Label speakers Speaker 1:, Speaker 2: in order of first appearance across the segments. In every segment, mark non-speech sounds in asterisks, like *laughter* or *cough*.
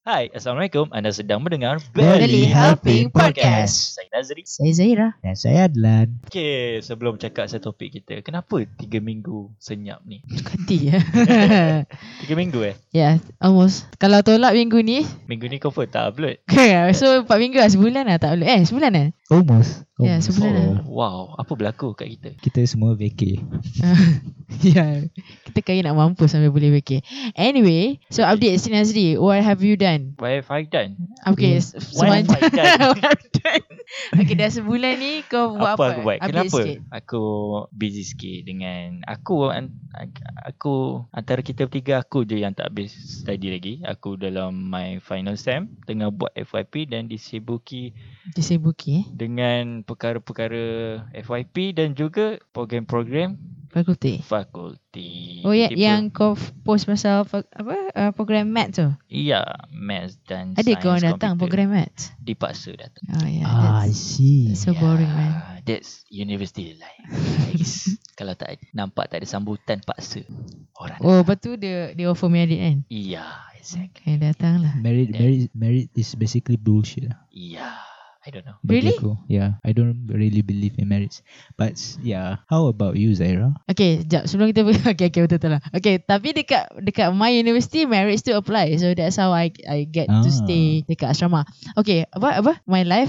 Speaker 1: Hai, Assalamualaikum. Anda sedang mendengar
Speaker 2: Barely Helping Podcast.
Speaker 1: Saya Nazri.
Speaker 2: Saya Zaira.
Speaker 3: Dan saya Adlan.
Speaker 1: Okay, sebelum cakap pasal topik kita, kenapa 3 minggu senyap ni?
Speaker 2: Ganti ya. *laughs*
Speaker 1: 3 minggu eh?
Speaker 2: yeah, almost. Kalau tolak minggu ni, *laughs*
Speaker 1: Minggu ni confirm tak upload?
Speaker 2: so 4 minggu lah, sebulan lah tak boleh. Eh, *laughs* sebulan lah.
Speaker 3: Almost. Almost.
Speaker 2: Ya, sebulan lah.
Speaker 1: Oh, Wow, apa berlaku kat kita?
Speaker 3: Kita semua vacay.
Speaker 2: yeah. Ya, Kita kaya nak mampus sampai boleh fikir. Anyway, so
Speaker 1: Okay.
Speaker 2: update Sri Nazri, what have you done?
Speaker 1: Wi-Fi done?
Speaker 2: Okay,
Speaker 3: Hmm.
Speaker 2: s- semuanya.
Speaker 1: What have
Speaker 2: *laughs* What have you done? okay, dah sebulan ni kau buat Oh, apa?
Speaker 1: apa, aku buat?
Speaker 2: Update
Speaker 1: Kenapa?
Speaker 2: sikit.
Speaker 1: Aku busy sikit dengan aku an- aku antara kita bertiga aku je yang tak habis study lagi. Aku dalam my final sem tengah buat FYP dan disibuki
Speaker 2: Disibuki eh.
Speaker 1: dengan perkara-perkara FYP dan juga program-program
Speaker 2: Fakulti.
Speaker 1: fakulti.
Speaker 2: Oh ya,
Speaker 1: Tiba-
Speaker 2: yang kau f- post pasal fa- apa uh, program mat tu.
Speaker 1: Iya, Ya, maths dan
Speaker 2: Ada
Speaker 1: science
Speaker 2: kau orang datang
Speaker 1: computer.
Speaker 2: program mat.
Speaker 1: dipaksa datang. Ya,
Speaker 2: Oh yeah.
Speaker 3: Ah, I
Speaker 2: that's-
Speaker 3: see.
Speaker 2: So boring, man.
Speaker 1: That's university life.
Speaker 2: *laughs*
Speaker 1: Guys. Kalau tak nampak tak ada sambutan paksa. Orang. Ya,
Speaker 2: Oh, lepas tu dia dia offer merit kan.
Speaker 1: Iya, exactly.
Speaker 2: Okay, datang lah.
Speaker 3: Merit,
Speaker 1: Yeah.
Speaker 3: merit, merit is basically bullshit lah.
Speaker 1: Iya. ya. I don't know.
Speaker 3: bagi
Speaker 2: Really?
Speaker 3: Aku. Yeah, I don't really believe in merits. But yeah, how about you Zaira?
Speaker 2: Okay, sekejap. Sebelum kita pergi. *laughs* Okay, okay, betul, betul lah. Okay, tapi dekat dekat my university, marriage to apply. So, that's how I I get to
Speaker 3: Ah.
Speaker 2: stay dekat asrama. Okay, apa, apa? My life.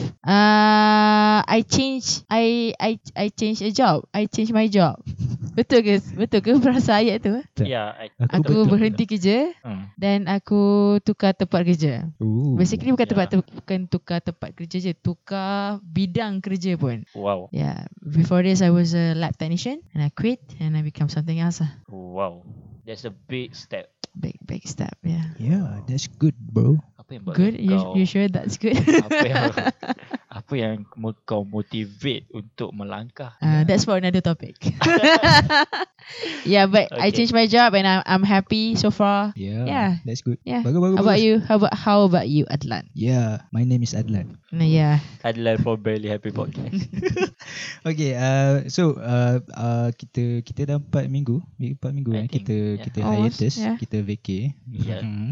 Speaker 2: Uh, I change, I I I change a job. I change my job. *laughs* betul ke? Betul ke perasaan ayat tu?
Speaker 3: Tak.
Speaker 1: Ya, I-
Speaker 3: Aku
Speaker 2: Aku
Speaker 3: betul.
Speaker 2: berhenti kerja
Speaker 1: Hmm.
Speaker 2: dan aku tukar tempat kerja.
Speaker 3: Ooh. ya.
Speaker 2: Basically bukan
Speaker 1: yeah.
Speaker 2: tempat bukan tukar tempat kerja je, tukar bidang kerja pun.
Speaker 1: Wow.
Speaker 2: Yeah, before this I was a lab technician and I quit and I become something else lah.
Speaker 1: Wow. That's a big step.
Speaker 2: Big big step, yeah.
Speaker 3: Yeah, that's good bro.
Speaker 1: Apa yang buat
Speaker 2: good, you,
Speaker 1: kau
Speaker 2: you sure that's good? *laughs*
Speaker 1: apa yang apa yang mo- kau motivate untuk melangkah?
Speaker 2: Uh, that's for another topic. *laughs* yeah, but I
Speaker 1: Okay.
Speaker 2: changed my job and I'm I'm happy so far.
Speaker 3: Yeah,
Speaker 2: Yeah.
Speaker 3: that's good.
Speaker 2: Yeah.
Speaker 3: Bagus, bagus,
Speaker 2: How about
Speaker 3: bagus.
Speaker 2: you? How about how about you, Adlan?
Speaker 3: Yeah, my name is Adlan.
Speaker 2: Nah, yeah.
Speaker 1: Adalah for Barely Happy
Speaker 2: *laughs*
Speaker 1: Podcast.
Speaker 3: Okay, uh, so uh, uh, kita kita dah empat minggu, empat minggu
Speaker 1: I
Speaker 3: eh,
Speaker 1: think,
Speaker 3: kita
Speaker 1: yeah.
Speaker 3: kita
Speaker 2: Almost,
Speaker 3: hiatus,
Speaker 2: yeah.
Speaker 3: kita vacay.
Speaker 1: Yeah.
Speaker 3: *laughs* Mhm.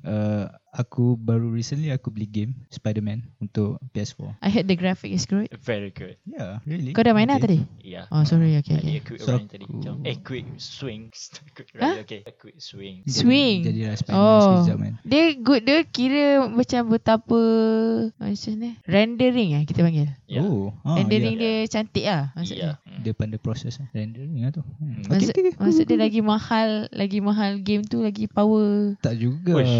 Speaker 3: Uh, aku baru recently aku beli game Spider-Man untuk PS4.
Speaker 2: I heard the graphic is good.
Speaker 1: Very good.
Speaker 3: Yeah, Ya, really.
Speaker 2: Kau dah main lah tadi?
Speaker 1: Yeah.
Speaker 2: Oh, sorry. Okay,
Speaker 1: Tadi a
Speaker 2: okay.
Speaker 1: quick
Speaker 3: So
Speaker 1: run tadi.
Speaker 3: aku-
Speaker 1: Macam, eh quick swing. *laughs* quick run.
Speaker 2: Huh?
Speaker 1: Okay. A quick swing.
Speaker 2: Swing.
Speaker 3: Jadi lah Spider-Man
Speaker 2: Oh.
Speaker 3: oh. sekejap kan.
Speaker 2: Dia good dia kira macam betapa macam ni rendering ah kita panggil.
Speaker 1: Yeah.
Speaker 3: Oh, ha,
Speaker 2: rendering
Speaker 3: yeah.
Speaker 2: dia cantik ah maksudnya.
Speaker 1: Yeah. Ya. Hmm.
Speaker 3: Dia pandai proses lah. Rendering lah tu. Hmm.
Speaker 1: Hmm.
Speaker 3: Okay,
Speaker 2: Maksud,
Speaker 3: okay.
Speaker 2: maksud dia lagi mahal Lagi mahal game tu Lagi power
Speaker 3: Tak juga.
Speaker 1: Uish.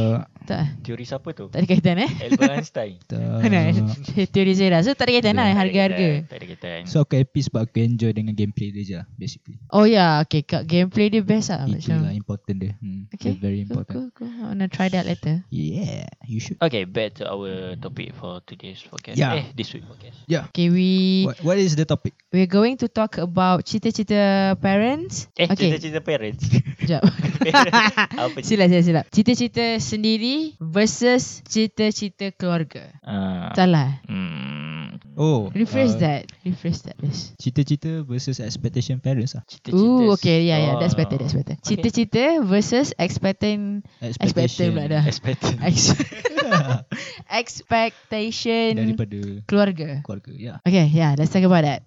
Speaker 2: Tak eh?
Speaker 1: Teori siapa tu?
Speaker 2: Tak ada kaitan eh *laughs*
Speaker 1: Albert Einstein.
Speaker 3: Tak.
Speaker 2: Mana *laughs* Teori Zera So tak ada kaitan lah
Speaker 1: Tak ada
Speaker 2: Harga-harga
Speaker 1: kaitan, Tak ada kaitan.
Speaker 3: So aku happy sebab aku enjoy dengan gameplay dia je lah. Basically.
Speaker 2: Oh ya yeah, Okay kat gameplay dia best lah
Speaker 3: Itulah
Speaker 2: Macam
Speaker 3: important dia. Hmm.
Speaker 2: Okay,
Speaker 3: Dia very
Speaker 2: Cool
Speaker 3: important.
Speaker 2: cool cool I wanna try that later
Speaker 3: Yeah, you should.
Speaker 1: Okay, back to our topic for today's podcast.
Speaker 3: Yeah.
Speaker 1: Eh, this week podcast.
Speaker 2: Okay we
Speaker 3: Ya. What, what is the topic?
Speaker 2: We're going to talk about Cita-cita parents
Speaker 1: Eh,
Speaker 2: Okay
Speaker 1: cerita-cerita parents. *laughs*
Speaker 2: Sekejap
Speaker 1: Apa ni?
Speaker 2: Silap silap silap Cita-cita sendiri Versus Cita-cita keluarga
Speaker 1: Ah.
Speaker 2: Salah
Speaker 1: Hmm.
Speaker 3: Oh,
Speaker 2: Rephrase
Speaker 3: uh,
Speaker 2: that Rephrase that please
Speaker 3: Cita-cita versus expectation parents lah.
Speaker 1: Cita-cita.
Speaker 2: Ooh, okay, yeah, yeah, that's
Speaker 1: Ah.
Speaker 2: better, that's better.
Speaker 1: Okay.
Speaker 2: Cita-cita versus expectant, expectation pula dah. *laughs*
Speaker 1: Expected. *laughs*
Speaker 2: Ex- expectation
Speaker 3: daripada
Speaker 2: keluarga.
Speaker 3: keluarga. Yeah.
Speaker 2: Okay, yeah, let's talk about
Speaker 1: *laughs*
Speaker 2: that.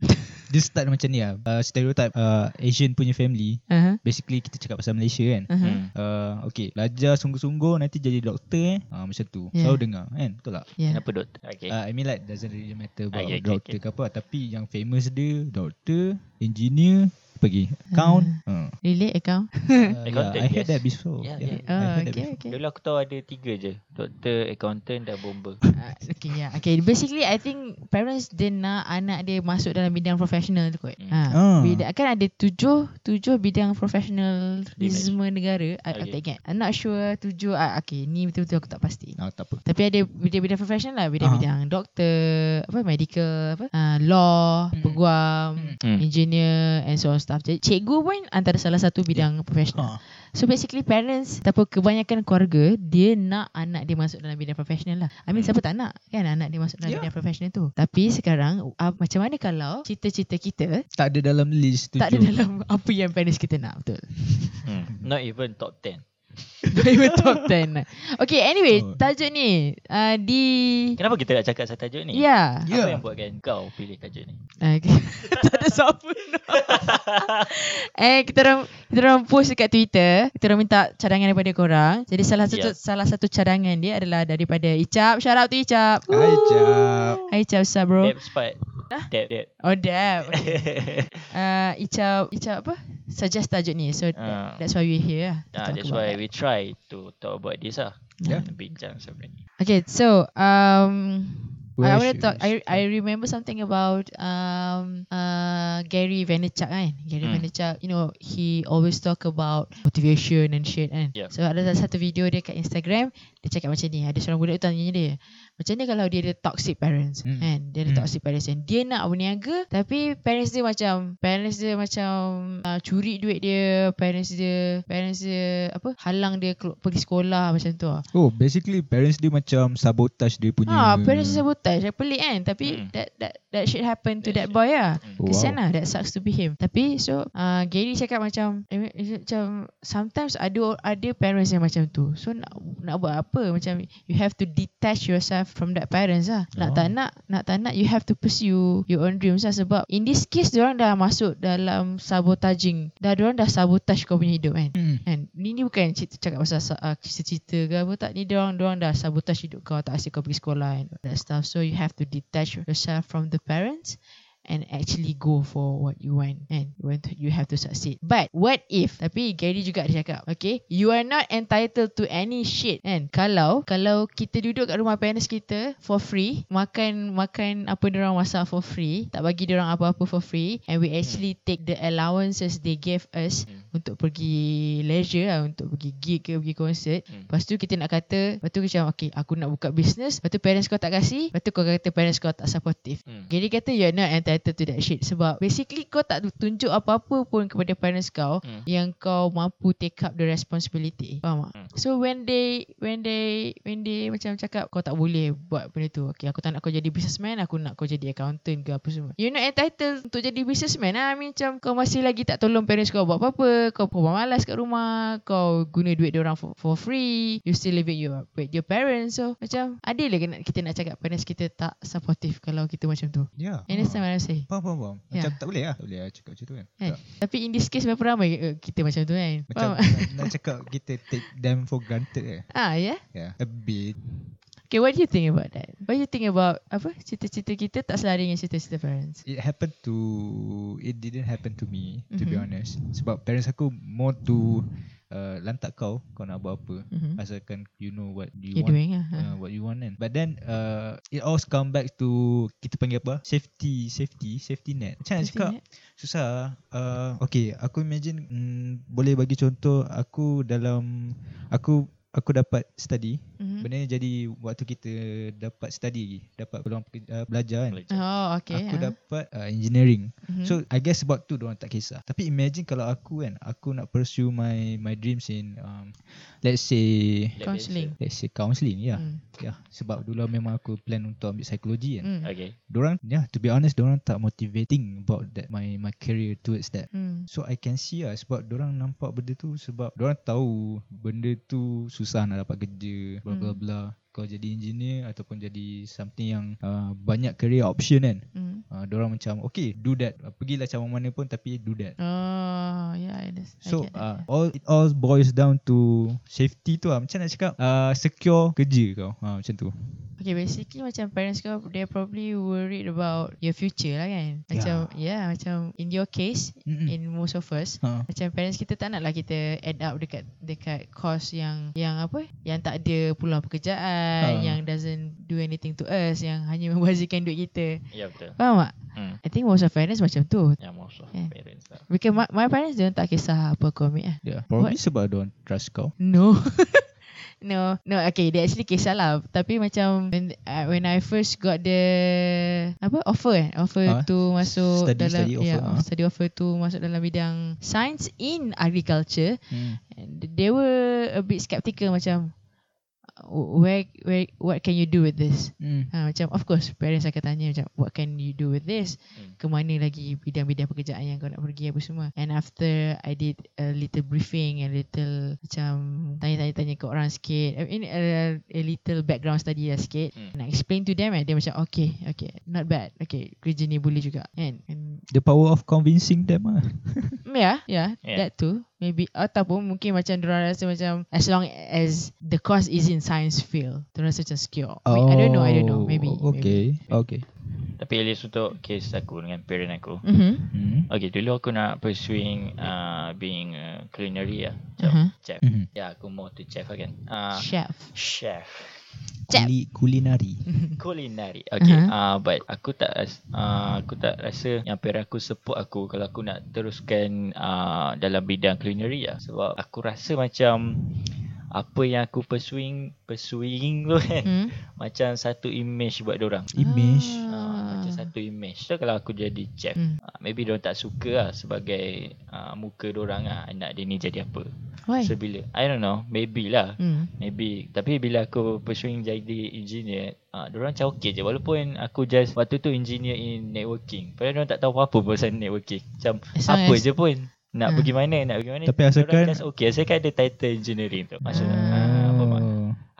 Speaker 3: Dia start macam ni lah. Uh, stereotype uh, Asian punya family.
Speaker 2: Uh-huh.
Speaker 3: Basically kita cakap pasal Malaysia kan.
Speaker 2: Uh-huh.
Speaker 1: Hmm.
Speaker 3: Uh, okay, belajar sungguh-sungguh nanti jadi doktor eh. Uh, macam tu. Yeah.
Speaker 2: Yeah.
Speaker 3: Selalu dengar kan. Betul tak?
Speaker 2: Yeah.
Speaker 1: Kenapa dot? Okay. Ah,
Speaker 3: Uh, I mean like doesn't really matter about
Speaker 1: Okay, okay,
Speaker 3: doktor ke apa tapi yang famous dia doktor, engineer, pergi count.
Speaker 2: *laughs*
Speaker 3: Uh.
Speaker 2: Relate account?
Speaker 3: Uh,
Speaker 1: Accountant,
Speaker 3: yeah, I heard
Speaker 1: yes.
Speaker 3: that before.
Speaker 1: Yeah, yeah. *laughs*
Speaker 3: I
Speaker 2: Oh,
Speaker 3: heard that
Speaker 2: okay,
Speaker 3: before.
Speaker 2: okay.
Speaker 1: Dulu aku tahu ada tiga je. Doktor, accountant dan bomber.
Speaker 2: Uh, okay, yeah. Okay, basically I think parents dia nak anak dia masuk dalam bidang profesional tu kot.
Speaker 1: Hmm.
Speaker 2: Ha.
Speaker 3: Ah.
Speaker 2: Bidang, kan ada tujuh, tujuh bidang profesionalisme negara. I, I
Speaker 1: Okay.
Speaker 2: tak ingat. I'm not sure tujuh. ah, okay, ni betul-betul aku tak pasti.
Speaker 3: Ah, tak apa.
Speaker 2: Tapi ada bidang-bidang profesional lah Bidang-bidang doktor apa Medical apa uh, Law
Speaker 3: Mm.
Speaker 2: Peguam
Speaker 1: Hmm.
Speaker 2: Eh. Engineer And so on stuff Jadi cikgu pun Antara salah satu bidang profesional
Speaker 3: Ha.
Speaker 2: So basically parents Ataupun kebanyakan keluarga Dia nak anak dia masuk dalam bidang profesional lah I mean
Speaker 1: Mm.
Speaker 2: siapa tak nak Kan anak dia masuk dalam
Speaker 3: Hmm. Yeah.
Speaker 2: bidang profesional tu Tapi sekarang uh, Macam mana kalau Cita-cita kita
Speaker 3: Tak ada dalam list tu.
Speaker 2: *laughs* Tak ada dalam Apa yang parents kita nak betul
Speaker 1: Hmm. Not even top 10.
Speaker 2: Bible top 10. Okay, anyway,
Speaker 3: Oh.
Speaker 2: tajuk ni uh, di
Speaker 1: Kenapa kita nak cakap pasal tajuk ni?
Speaker 2: Ya.
Speaker 1: Apa
Speaker 3: Ya.
Speaker 1: yang buatkan kau pilih tajuk ni?
Speaker 2: Yeah. Okay. Eh, *laughs* tak ada siapa nak. eh kita orang kita orang post dekat Twitter, kita orang minta cadangan daripada korang. Jadi salah satu
Speaker 1: Ya.
Speaker 2: salah satu cadangan dia adalah daripada Icap. Shout out to Icap.
Speaker 3: Hai Jap
Speaker 2: Hai Icap Sabro.
Speaker 1: Dab spot. Dab, dab.
Speaker 2: Oh damn. Uh, Icap Icap apa? Suggest tajuk ni. So
Speaker 1: Ah.
Speaker 2: that, that's why we here lah.
Speaker 1: *laughs* Ah,
Speaker 2: Talk
Speaker 1: that's
Speaker 2: about
Speaker 1: why
Speaker 2: that.
Speaker 1: we try to talk about this lah.
Speaker 3: Yeah.
Speaker 1: Bincang sebenarnya.
Speaker 2: Okay, so um, I
Speaker 3: Where
Speaker 2: want to
Speaker 3: should
Speaker 2: talk.
Speaker 3: we
Speaker 2: I I remember something about um uh Gary Vaynerchuk kan. Gary
Speaker 1: Hmm.
Speaker 2: Vaynerchuk, you know, he always talk about motivation and shit kan.
Speaker 1: Yeah.
Speaker 2: So ada satu video dia kat Instagram, dia cakap macam ni. Ada seorang budak tu tanya dia, macam ni kalau dia ada toxic parents
Speaker 3: Hmm.
Speaker 2: kan. Dia ada
Speaker 3: Hmm.
Speaker 2: toxic parents and dia nak berniaga tapi parents dia macam parents dia macam uh, curi duit dia, parents dia, parents dia apa halang dia kelu- pergi sekolah macam tu. ah.
Speaker 3: Oh basically parents dia macam sabotage dia punya
Speaker 2: Ah, parents dia sabotage. Dia pelik kan. Tapi
Speaker 1: Hmm.
Speaker 2: that that that shit happen to
Speaker 1: That
Speaker 2: that, boy lah.
Speaker 1: Hmm.
Speaker 3: Oh,
Speaker 2: Kesian
Speaker 3: wow.
Speaker 2: lah. That sucks to be him. Tapi so uh, Gary cakap macam I mean, is it macam sometimes ada ada parents yang macam tu. So nak nak buat apa macam you have to detach yourself from that parents lah.
Speaker 3: Oh.
Speaker 2: Nak tak nak nak tak nak you have to pursue your own dreams lah sebab in this case diorang dah masuk dalam sabotaging. Dah diorang dah sabotage kau punya hidup kan.
Speaker 3: Hmm.
Speaker 2: Kan? Ni, ni bukan cerita cakap pasal sa- uh, cerita-cerita ke apa tak. Ni diorang, diorang dah sabotage hidup kau. Tak asyik kau pergi sekolah and all that stuff. So you have to detach yourself from the parents and actually go for what you want and you want to, you have to succeed but what if tapi Gary juga dia cakap okay you are not entitled to any shit kan kalau kalau kita duduk kat rumah parents kita for free makan makan apa diorang masak for free tak bagi diorang apa-apa for free and we actually take the allowances they gave us
Speaker 1: Hmm.
Speaker 2: untuk pergi leisure lah untuk pergi gig ke pergi konsert
Speaker 1: Hmm.
Speaker 2: lepas tu kita nak kata lepas tu macam okay aku nak buka business lepas tu parents kau tak kasih lepas tu kau kata parents kau tak supportive
Speaker 1: Hmm.
Speaker 2: jadi kata you're not entitled to that shit sebab basically kau tak tunjuk apa-apa pun kepada parents kau
Speaker 1: Hmm.
Speaker 2: yang kau mampu take up the responsibility. Faham tak?
Speaker 1: Hmm.
Speaker 2: So when they when they when they macam cakap kau tak boleh buat benda tu. Okay, aku tak nak kau jadi businessman, aku nak kau jadi accountant ke apa semua. You're not entitled untuk jadi businessman lah. I mean, macam kau masih lagi tak tolong parents kau buat apa-apa, kau pun malas kat rumah, kau guna duit orang for, for free, you still living your, with your parents. So macam ada lah kena- kita nak cakap parents kita tak supportive kalau kita macam tu.
Speaker 3: Yeah
Speaker 2: Understand what I'm
Speaker 3: Ya.
Speaker 2: saying?
Speaker 3: Faham faham faham Macam
Speaker 2: Yeah.
Speaker 3: tak boleh lah Tak boleh lah cakap macam tu kan
Speaker 2: Kan?
Speaker 3: Tak.
Speaker 2: Tapi in this case berapa ramai eh, kita macam tu kan? *laughs*
Speaker 3: Macam
Speaker 2: Faham tak?
Speaker 3: nak, nak cakap kita take them for granted eh
Speaker 2: ah yeah.
Speaker 3: Yeah A bit
Speaker 2: Okay, what do you think about that? What do you think about apa cita-cita kita tak selari dengan cita-cita parents?
Speaker 3: It happened to It didn't happen to me To be
Speaker 2: Mhm.
Speaker 3: honest Sebab parents aku More to uh, Lantak kau Kau nak buat apa
Speaker 2: Mm-hmm.
Speaker 3: Asalkan you know what you
Speaker 2: You're
Speaker 3: want
Speaker 2: doing ah.
Speaker 3: uh, what you want kan but then uh, it all come back to kita panggil apa safety safety safety net macam nak cakap susah uh, okay aku imagine mm, boleh bagi contoh aku dalam aku aku dapat study
Speaker 2: Mm-hmm.
Speaker 3: benda ni jadi waktu kita dapat study lagi dapat peluang pekerja- uh, belajar kan
Speaker 1: Belajar.
Speaker 2: Oh, okay.
Speaker 3: aku
Speaker 2: ah.
Speaker 3: dapat uh, engineering
Speaker 2: Mhm.
Speaker 3: So I guess sebab tu orang tak kisah. Tapi imagine kalau aku kan, aku nak pursue my my dreams in um, let's say
Speaker 1: Belajar.
Speaker 2: counselling.
Speaker 3: let's say counselling ya. Yeah.
Speaker 2: Mm.
Speaker 3: Ya, sebab dulu memang aku plan untuk ambil psikologi kan. Mm.
Speaker 2: Mm.
Speaker 1: uh, Okay.
Speaker 3: Dorang, yeah, to be honest, dorang tak motivating about that my my career towards that.
Speaker 2: Mm.
Speaker 3: So I can see lah sebab dorang nampak benda tu sebab dorang tahu benda tu susah nak dapat kerja, bla bla
Speaker 2: Hmm.
Speaker 3: bla. Kau jadi engineer ataupun jadi something yang uh, banyak career option kan.
Speaker 2: Mm.
Speaker 3: Uh, dorang macam okay do that uh, Pergilah cabang mana pun Tapi do that
Speaker 2: Oh, yeah, I understand.
Speaker 3: So
Speaker 2: I get
Speaker 3: uh,
Speaker 2: that.
Speaker 3: all it all boils down to Safety tu lah Macam nak cakap uh, Secure kerja kau uh, Macam tu
Speaker 2: okay, basically macam parents kau they probably worried about your future lah kan. Macam yeah, macam in your case,
Speaker 3: Mm-mm.
Speaker 2: in most of us,
Speaker 3: Ha.
Speaker 2: macam parents kita tak naklah kita add up dekat dekat course yang yang apa yang tak ada peluang
Speaker 3: Ah.
Speaker 2: pekerjaan yang doesn't do anything to us yang hanya *laughs* membazirkan duit kita
Speaker 1: Ya betul.
Speaker 2: faham tak
Speaker 1: Hmm.
Speaker 2: I think most of parents macam tu
Speaker 1: Yang most of
Speaker 2: Eh.
Speaker 1: parents lah.
Speaker 2: because my, my parents dia tak kisah apa komik lah
Speaker 3: yeah. Probably sebab dorang trust kau
Speaker 2: no *laughs* No, no, okay, dia actually kisah lah. Tapi macam when, uh, when I first got the apa offer eh, offer
Speaker 3: Ah,
Speaker 2: tu masuk
Speaker 3: study-
Speaker 2: dalam
Speaker 3: study
Speaker 2: yeah,
Speaker 3: offer, ah.
Speaker 2: study offer tu masuk dalam bidang science in agriculture.
Speaker 3: hmm.
Speaker 2: And they were a bit skeptical macam "Uh, where where what can you do with this?
Speaker 3: Hmm.
Speaker 2: Ha, macam of course parents akan tanya macam what can you do with this?
Speaker 1: Hmm.
Speaker 2: Ke mana lagi bidang-bidang pekerjaan yang kau nak pergi apa semua. And after I did a little briefing, a little macam tanya-tanya-tanya ke orang sikit. I mean a, a little background study lah sikit.
Speaker 1: Hmm.
Speaker 2: Hmm. Nak explain to them eh, dia macam okay, okay, not bad. Okay, kerja ni boleh juga. Kan? And
Speaker 3: The power of convincing them ah.
Speaker 2: Yeah, yeah,
Speaker 1: Yeah.
Speaker 2: yeah, that too. Maybe ataupun mungkin macam diorang rasa macam as long as the course is in science field, diorang rasa macam secure. Oh. I don't know, I don't know. Maybe.
Speaker 3: Oh, Okay. Okay.
Speaker 1: Tapi at least untuk case aku dengan parent aku.
Speaker 2: Maybe. Mm-hmm.
Speaker 3: Hmm.
Speaker 1: Okay, dulu aku nak pursuing uh, being uh, culinary lah. Macam
Speaker 2: Uh-huh.
Speaker 1: chef.
Speaker 3: Mhm.
Speaker 1: Ya, aku more to chef lah kan. Uh,
Speaker 2: Chef.
Speaker 1: chef.
Speaker 2: *laughs* Chef.
Speaker 3: Kuli,
Speaker 2: *laughs*
Speaker 3: culinary.
Speaker 1: Culinary. Okay.
Speaker 2: Mhm.
Speaker 1: Uh, but aku tak ras- uh, aku tak rasa yang parent aku support aku kalau aku nak teruskan uh, dalam bidang culinary lah. Sebab aku rasa macam apa yang aku pursuing pursuing tu kan
Speaker 2: Hmm?
Speaker 1: *laughs* macam satu image buat orang.
Speaker 3: Image.
Speaker 1: Ah, macam satu image so kalau aku jadi chef
Speaker 2: Hmm.
Speaker 1: ah, maybe dia tak suka lah sebagai ah, muka dia orang ah anak dia ni jadi apa
Speaker 2: Why?
Speaker 1: so bila i don't know maybe lah
Speaker 2: Hmm.
Speaker 1: maybe tapi bila aku pursuing jadi engineer ah dia orang macam okey je walaupun aku just waktu tu engineer in networking padahal dia orang tak tahu apa-apa pasal networking macam
Speaker 2: As long
Speaker 1: apa
Speaker 2: as-
Speaker 1: je pun nak
Speaker 2: Ah.
Speaker 1: pergi mana nak pergi mana
Speaker 3: Tapi
Speaker 1: dorang
Speaker 3: asalkan-
Speaker 1: just okey asalkan ada title engineering tu maksud
Speaker 2: Ah.
Speaker 1: ah, apa mak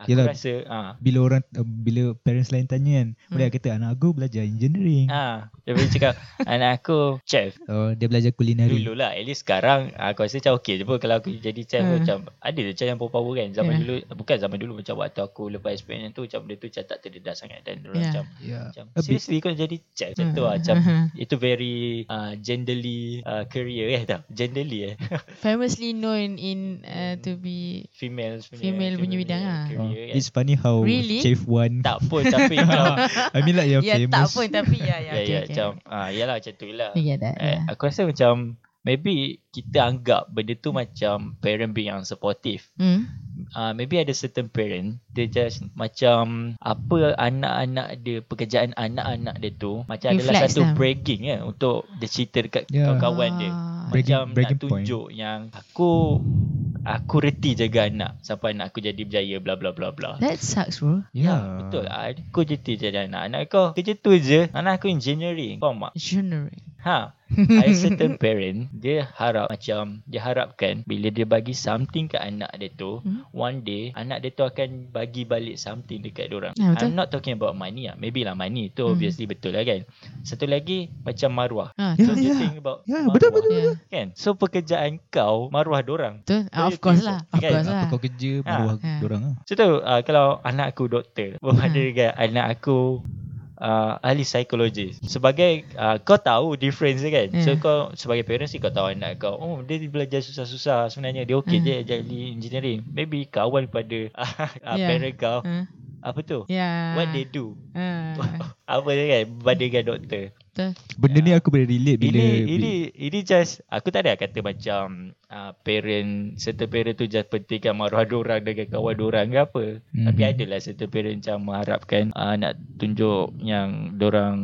Speaker 1: aku
Speaker 3: Yelah.
Speaker 1: rasa ah
Speaker 3: Oh. Bila orang uh, bila parents lain tanya kan, hmm. boleh kata anak aku belajar engineering.
Speaker 1: ah dia boleh cakap anak aku chef
Speaker 3: Oh, dia belajar culinary.
Speaker 1: Dulu lah At least sekarang ah, Aku rasa macam okey je pun Kalau aku jadi chef
Speaker 2: Hmm.
Speaker 1: hmm. Macam Ada je chef yang power kan Zaman yeah.
Speaker 2: Yeah.
Speaker 1: dulu Bukan zaman dulu Macam waktu aku Lepas experience tu Macam benda tu Macam tak terdedah sangat Dan orang
Speaker 2: Yeah.
Speaker 1: macam
Speaker 3: Ya.
Speaker 1: macam
Speaker 3: A bit.
Speaker 1: seriously kau jadi chef macam tu lah macam itu very uh, genderly uh, career eh tau genderly eh *laughs*
Speaker 2: Famously known in uh, to be
Speaker 1: female punya
Speaker 2: Female punya bidang
Speaker 1: punya
Speaker 2: ah.
Speaker 3: Oh,
Speaker 1: career kan
Speaker 3: it's funny how
Speaker 2: Really?
Speaker 3: Chef Wan.
Speaker 1: tak pun tapi kalau
Speaker 3: I mean like you're
Speaker 2: *laughs* Ya
Speaker 3: famous.
Speaker 2: tak pun tapi ya
Speaker 1: *laughs*
Speaker 2: ya
Speaker 1: ya ya macam ah yalah macam tu lah
Speaker 2: You get that.
Speaker 1: Eh,
Speaker 2: Yeah.
Speaker 1: aku rasa macam maybe kita anggap benda tu macam parent being yang supportive
Speaker 2: Hmm.
Speaker 1: uh, maybe ada certain parent dia just macam apa anak-anak dia pekerjaan anak-anak dia tu macam
Speaker 2: You
Speaker 1: adalah
Speaker 2: flex
Speaker 1: satu
Speaker 2: them.
Speaker 1: bragging ya untuk dia cerita dekat yeah.
Speaker 3: Yeah.
Speaker 1: kawan-kawan dia
Speaker 2: Ah.
Speaker 1: macam
Speaker 3: Bragging- bragging
Speaker 1: nak tunjuk point. yang aku aku reti jaga anak sampai anak aku jadi berjaya bla bla bla blah
Speaker 2: That sucks bro.
Speaker 1: Ya, betul. Aku reti jadi anak. Anak kau kerja tu je. Anak aku engineering. Faham tak?
Speaker 2: Engineering.
Speaker 1: Ha, ada certain parent dia harap macam dia harapkan bila dia bagi something ke anak dia tu, hmm?
Speaker 2: Hmm.
Speaker 1: one day anak dia tu akan bagi balik something dekat dia orang.
Speaker 2: Ya,
Speaker 1: I'm
Speaker 2: betul.
Speaker 1: not talking about money lah. Maybe lah money tu
Speaker 2: Hmm.
Speaker 1: hmm. obviously betul lah kan. Satu lagi macam maruah.
Speaker 2: Ah,
Speaker 3: Ya,
Speaker 1: So
Speaker 3: ya.
Speaker 1: you think about
Speaker 3: Ya,
Speaker 1: maruah,
Speaker 3: betul, betul.
Speaker 2: yeah.
Speaker 1: kan? So pekerjaan kau maruah dia orang. So
Speaker 2: Betul?
Speaker 1: you
Speaker 2: Ah, of course
Speaker 1: think
Speaker 2: lah.
Speaker 1: so,
Speaker 2: Of
Speaker 1: kan?
Speaker 2: course
Speaker 3: Apa
Speaker 2: lah.
Speaker 3: kau kerja
Speaker 1: Ah.
Speaker 3: baru
Speaker 2: Ah.
Speaker 3: dorang ah.
Speaker 1: So tu uh, kalau anak aku doktor, *laughs* berpada
Speaker 2: Hmm.
Speaker 1: dengan anak aku uh, ahli psikologi. Sebagai uh, kau tahu difference dia kan. So
Speaker 2: Yeah.
Speaker 1: kau sebagai parents ni kau tahu anak kau, oh dia belajar susah-susah sebenarnya dia okey
Speaker 2: Hmm.
Speaker 1: je jadi engineering. Maybe kawan pada *laughs* uh,
Speaker 2: Yeah.
Speaker 1: parent kau
Speaker 2: Ah.
Speaker 1: apa tu?
Speaker 2: Yeah.
Speaker 1: What they do. *laughs*
Speaker 2: Ah.
Speaker 1: apa dia kan Berbanding dengan doktor.
Speaker 2: Betul.
Speaker 3: Benda ni aku boleh relate bila
Speaker 1: Ya. ini
Speaker 3: bila-
Speaker 1: ini ini just aku tak ada kata macam uh, parent serta parent tu just pentingkan maruah orang dengan kawan orang ke apa.
Speaker 3: Mhm.
Speaker 2: Hmm.
Speaker 1: Mm-hmm. Tapi adalah serta parent macam mengharapkan uh, nak tunjuk yang orang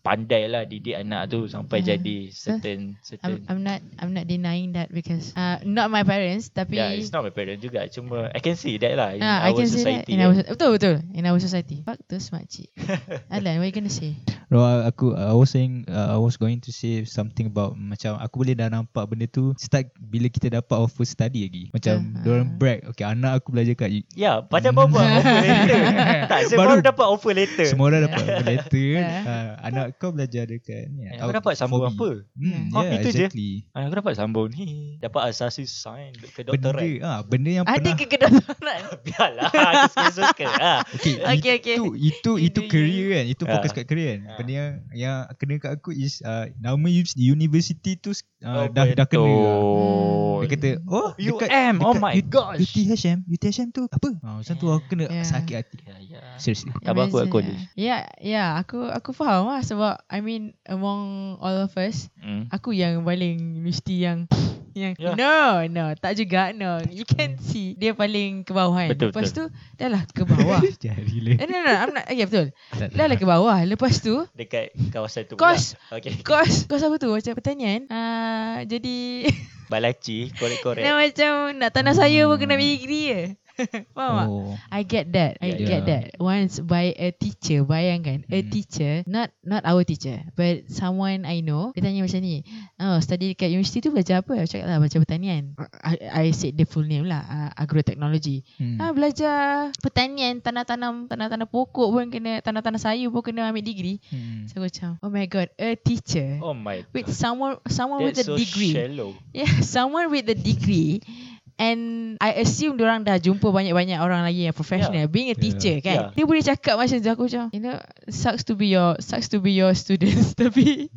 Speaker 1: pandai lah didik anak tu sampai
Speaker 2: Ya.
Speaker 1: jadi certain
Speaker 2: I'm,
Speaker 1: certain.
Speaker 2: I'm not I'm not denying that because uh, not my parents tapi
Speaker 1: yeah, it's not my parent juga. Cuma I can see that lah in our
Speaker 2: Ah, I can say that
Speaker 1: society.
Speaker 2: in our betul betul in our society. Fuck those makcik.
Speaker 1: *laughs*
Speaker 2: Alan, what you gonna say?
Speaker 3: No, aku I was saying uh, I was going to say something about macam aku boleh dah nampak benda tu start bila kita dapat offer study lagi. Macam
Speaker 2: Ah.
Speaker 3: uh, orang brag, okay anak aku belajar kat U-
Speaker 1: Ya, macam apa buat
Speaker 2: *laughs*
Speaker 1: offer letter. tak, saya baru,
Speaker 3: Baru-
Speaker 1: dapat offer letter. Semua,
Speaker 3: semua orang dapat offer letter. kan.
Speaker 2: Yeah.
Speaker 3: Ah, anak kau belajar dekat ni. kan.
Speaker 1: aku Eh, dapat sambung
Speaker 3: Fobi.
Speaker 1: apa?
Speaker 3: Hmm,
Speaker 1: Yeah.
Speaker 3: yeah,
Speaker 1: Oh, itu je.
Speaker 3: exactly.
Speaker 1: Ah, Aku dapat sambung ni. Dapat asasi sains ke
Speaker 3: Benda,
Speaker 1: doktorat.
Speaker 3: ah, benda yang
Speaker 2: Ada
Speaker 3: pernah
Speaker 2: ke
Speaker 1: *laughs*
Speaker 2: kedoktoran?
Speaker 1: Biarlah Aku suka-suka lah
Speaker 2: *laughs*
Speaker 3: Okay,
Speaker 2: Okey,
Speaker 3: okay,
Speaker 2: okey.
Speaker 3: itu itu
Speaker 2: You
Speaker 3: itu
Speaker 2: do you.
Speaker 3: career kan. Itu fokus
Speaker 1: Ah.
Speaker 3: kat career kan.
Speaker 1: Ah.
Speaker 3: Benda yang yang kena kat aku is uh, nama uni- university tu uh,
Speaker 1: Oh,
Speaker 3: dah dah kena. lah.
Speaker 1: betul.
Speaker 3: Dia kata, "Oh, dekat
Speaker 1: UM Oh
Speaker 3: dekat
Speaker 1: my
Speaker 3: U-
Speaker 1: gosh
Speaker 3: UTHM, UTHM tu apa? Ah, macam tu aku kena
Speaker 2: Yeah.
Speaker 3: sakit hati.
Speaker 1: Ya ya
Speaker 2: *laughs*
Speaker 3: Seriously.
Speaker 1: Abang aku kat
Speaker 2: Imagine,
Speaker 1: college.
Speaker 2: Yeah, yeah, aku aku faham lah sebab I mean among all of us,
Speaker 1: Hmm.
Speaker 2: aku yang paling mesti yang yang
Speaker 1: Yeah.
Speaker 2: yeah. no no tak juga no you can see dia paling ke bawah kan
Speaker 1: Betul,
Speaker 2: lepas
Speaker 1: betul.
Speaker 2: tu dah lah ke
Speaker 1: *laughs*
Speaker 3: *laughs*
Speaker 2: bawah eh
Speaker 3: Jari le.
Speaker 2: no no I'm not okay, betul dah lah ke bawah lepas tu
Speaker 1: Dekat kawasan tu
Speaker 2: Kos.
Speaker 1: pula. Okay
Speaker 2: kos kos apa tu macam pertanian ah jadi
Speaker 1: Balaci Korek-korek
Speaker 2: Nak macam nak tanah saya pun kena bagi degree je. *laughs* Faham tak?
Speaker 3: Oh.
Speaker 2: I get that. I
Speaker 1: Yeah,
Speaker 2: get
Speaker 3: yeah.
Speaker 2: that. Once by a teacher, bayangkan a
Speaker 1: Hmm.
Speaker 3: Mm.
Speaker 2: teacher, not not our teacher, but someone I know, dia tanya macam ni, "Oh, study dekat universiti tu belajar apa?" Aku cakap lah belajar pertanian. I, I said the full name lah, uh, agrotechnology.
Speaker 3: Hmm.
Speaker 2: Ah belajar pertanian, tanah-tanam, tanah-tanah pokok pun kena, tanah-tanah sayur pun kena ambil degree.
Speaker 3: Hmm.
Speaker 2: So aku macam, "Oh my god, a teacher."
Speaker 1: Oh my
Speaker 2: With
Speaker 1: god.
Speaker 2: someone someone
Speaker 1: That's
Speaker 2: with a
Speaker 1: so
Speaker 2: degree.
Speaker 1: shallow.
Speaker 2: Yeah, *laughs* someone with a degree and I assume orang dah jumpa banyak-banyak orang lagi yang professional yeah. being a
Speaker 3: Yeah.
Speaker 2: teacher yeah. kan.
Speaker 1: Yeah.
Speaker 2: Yeah. Dia boleh cakap macam tu aku macam you know sucks to be your sucks to be your students *laughs* tapi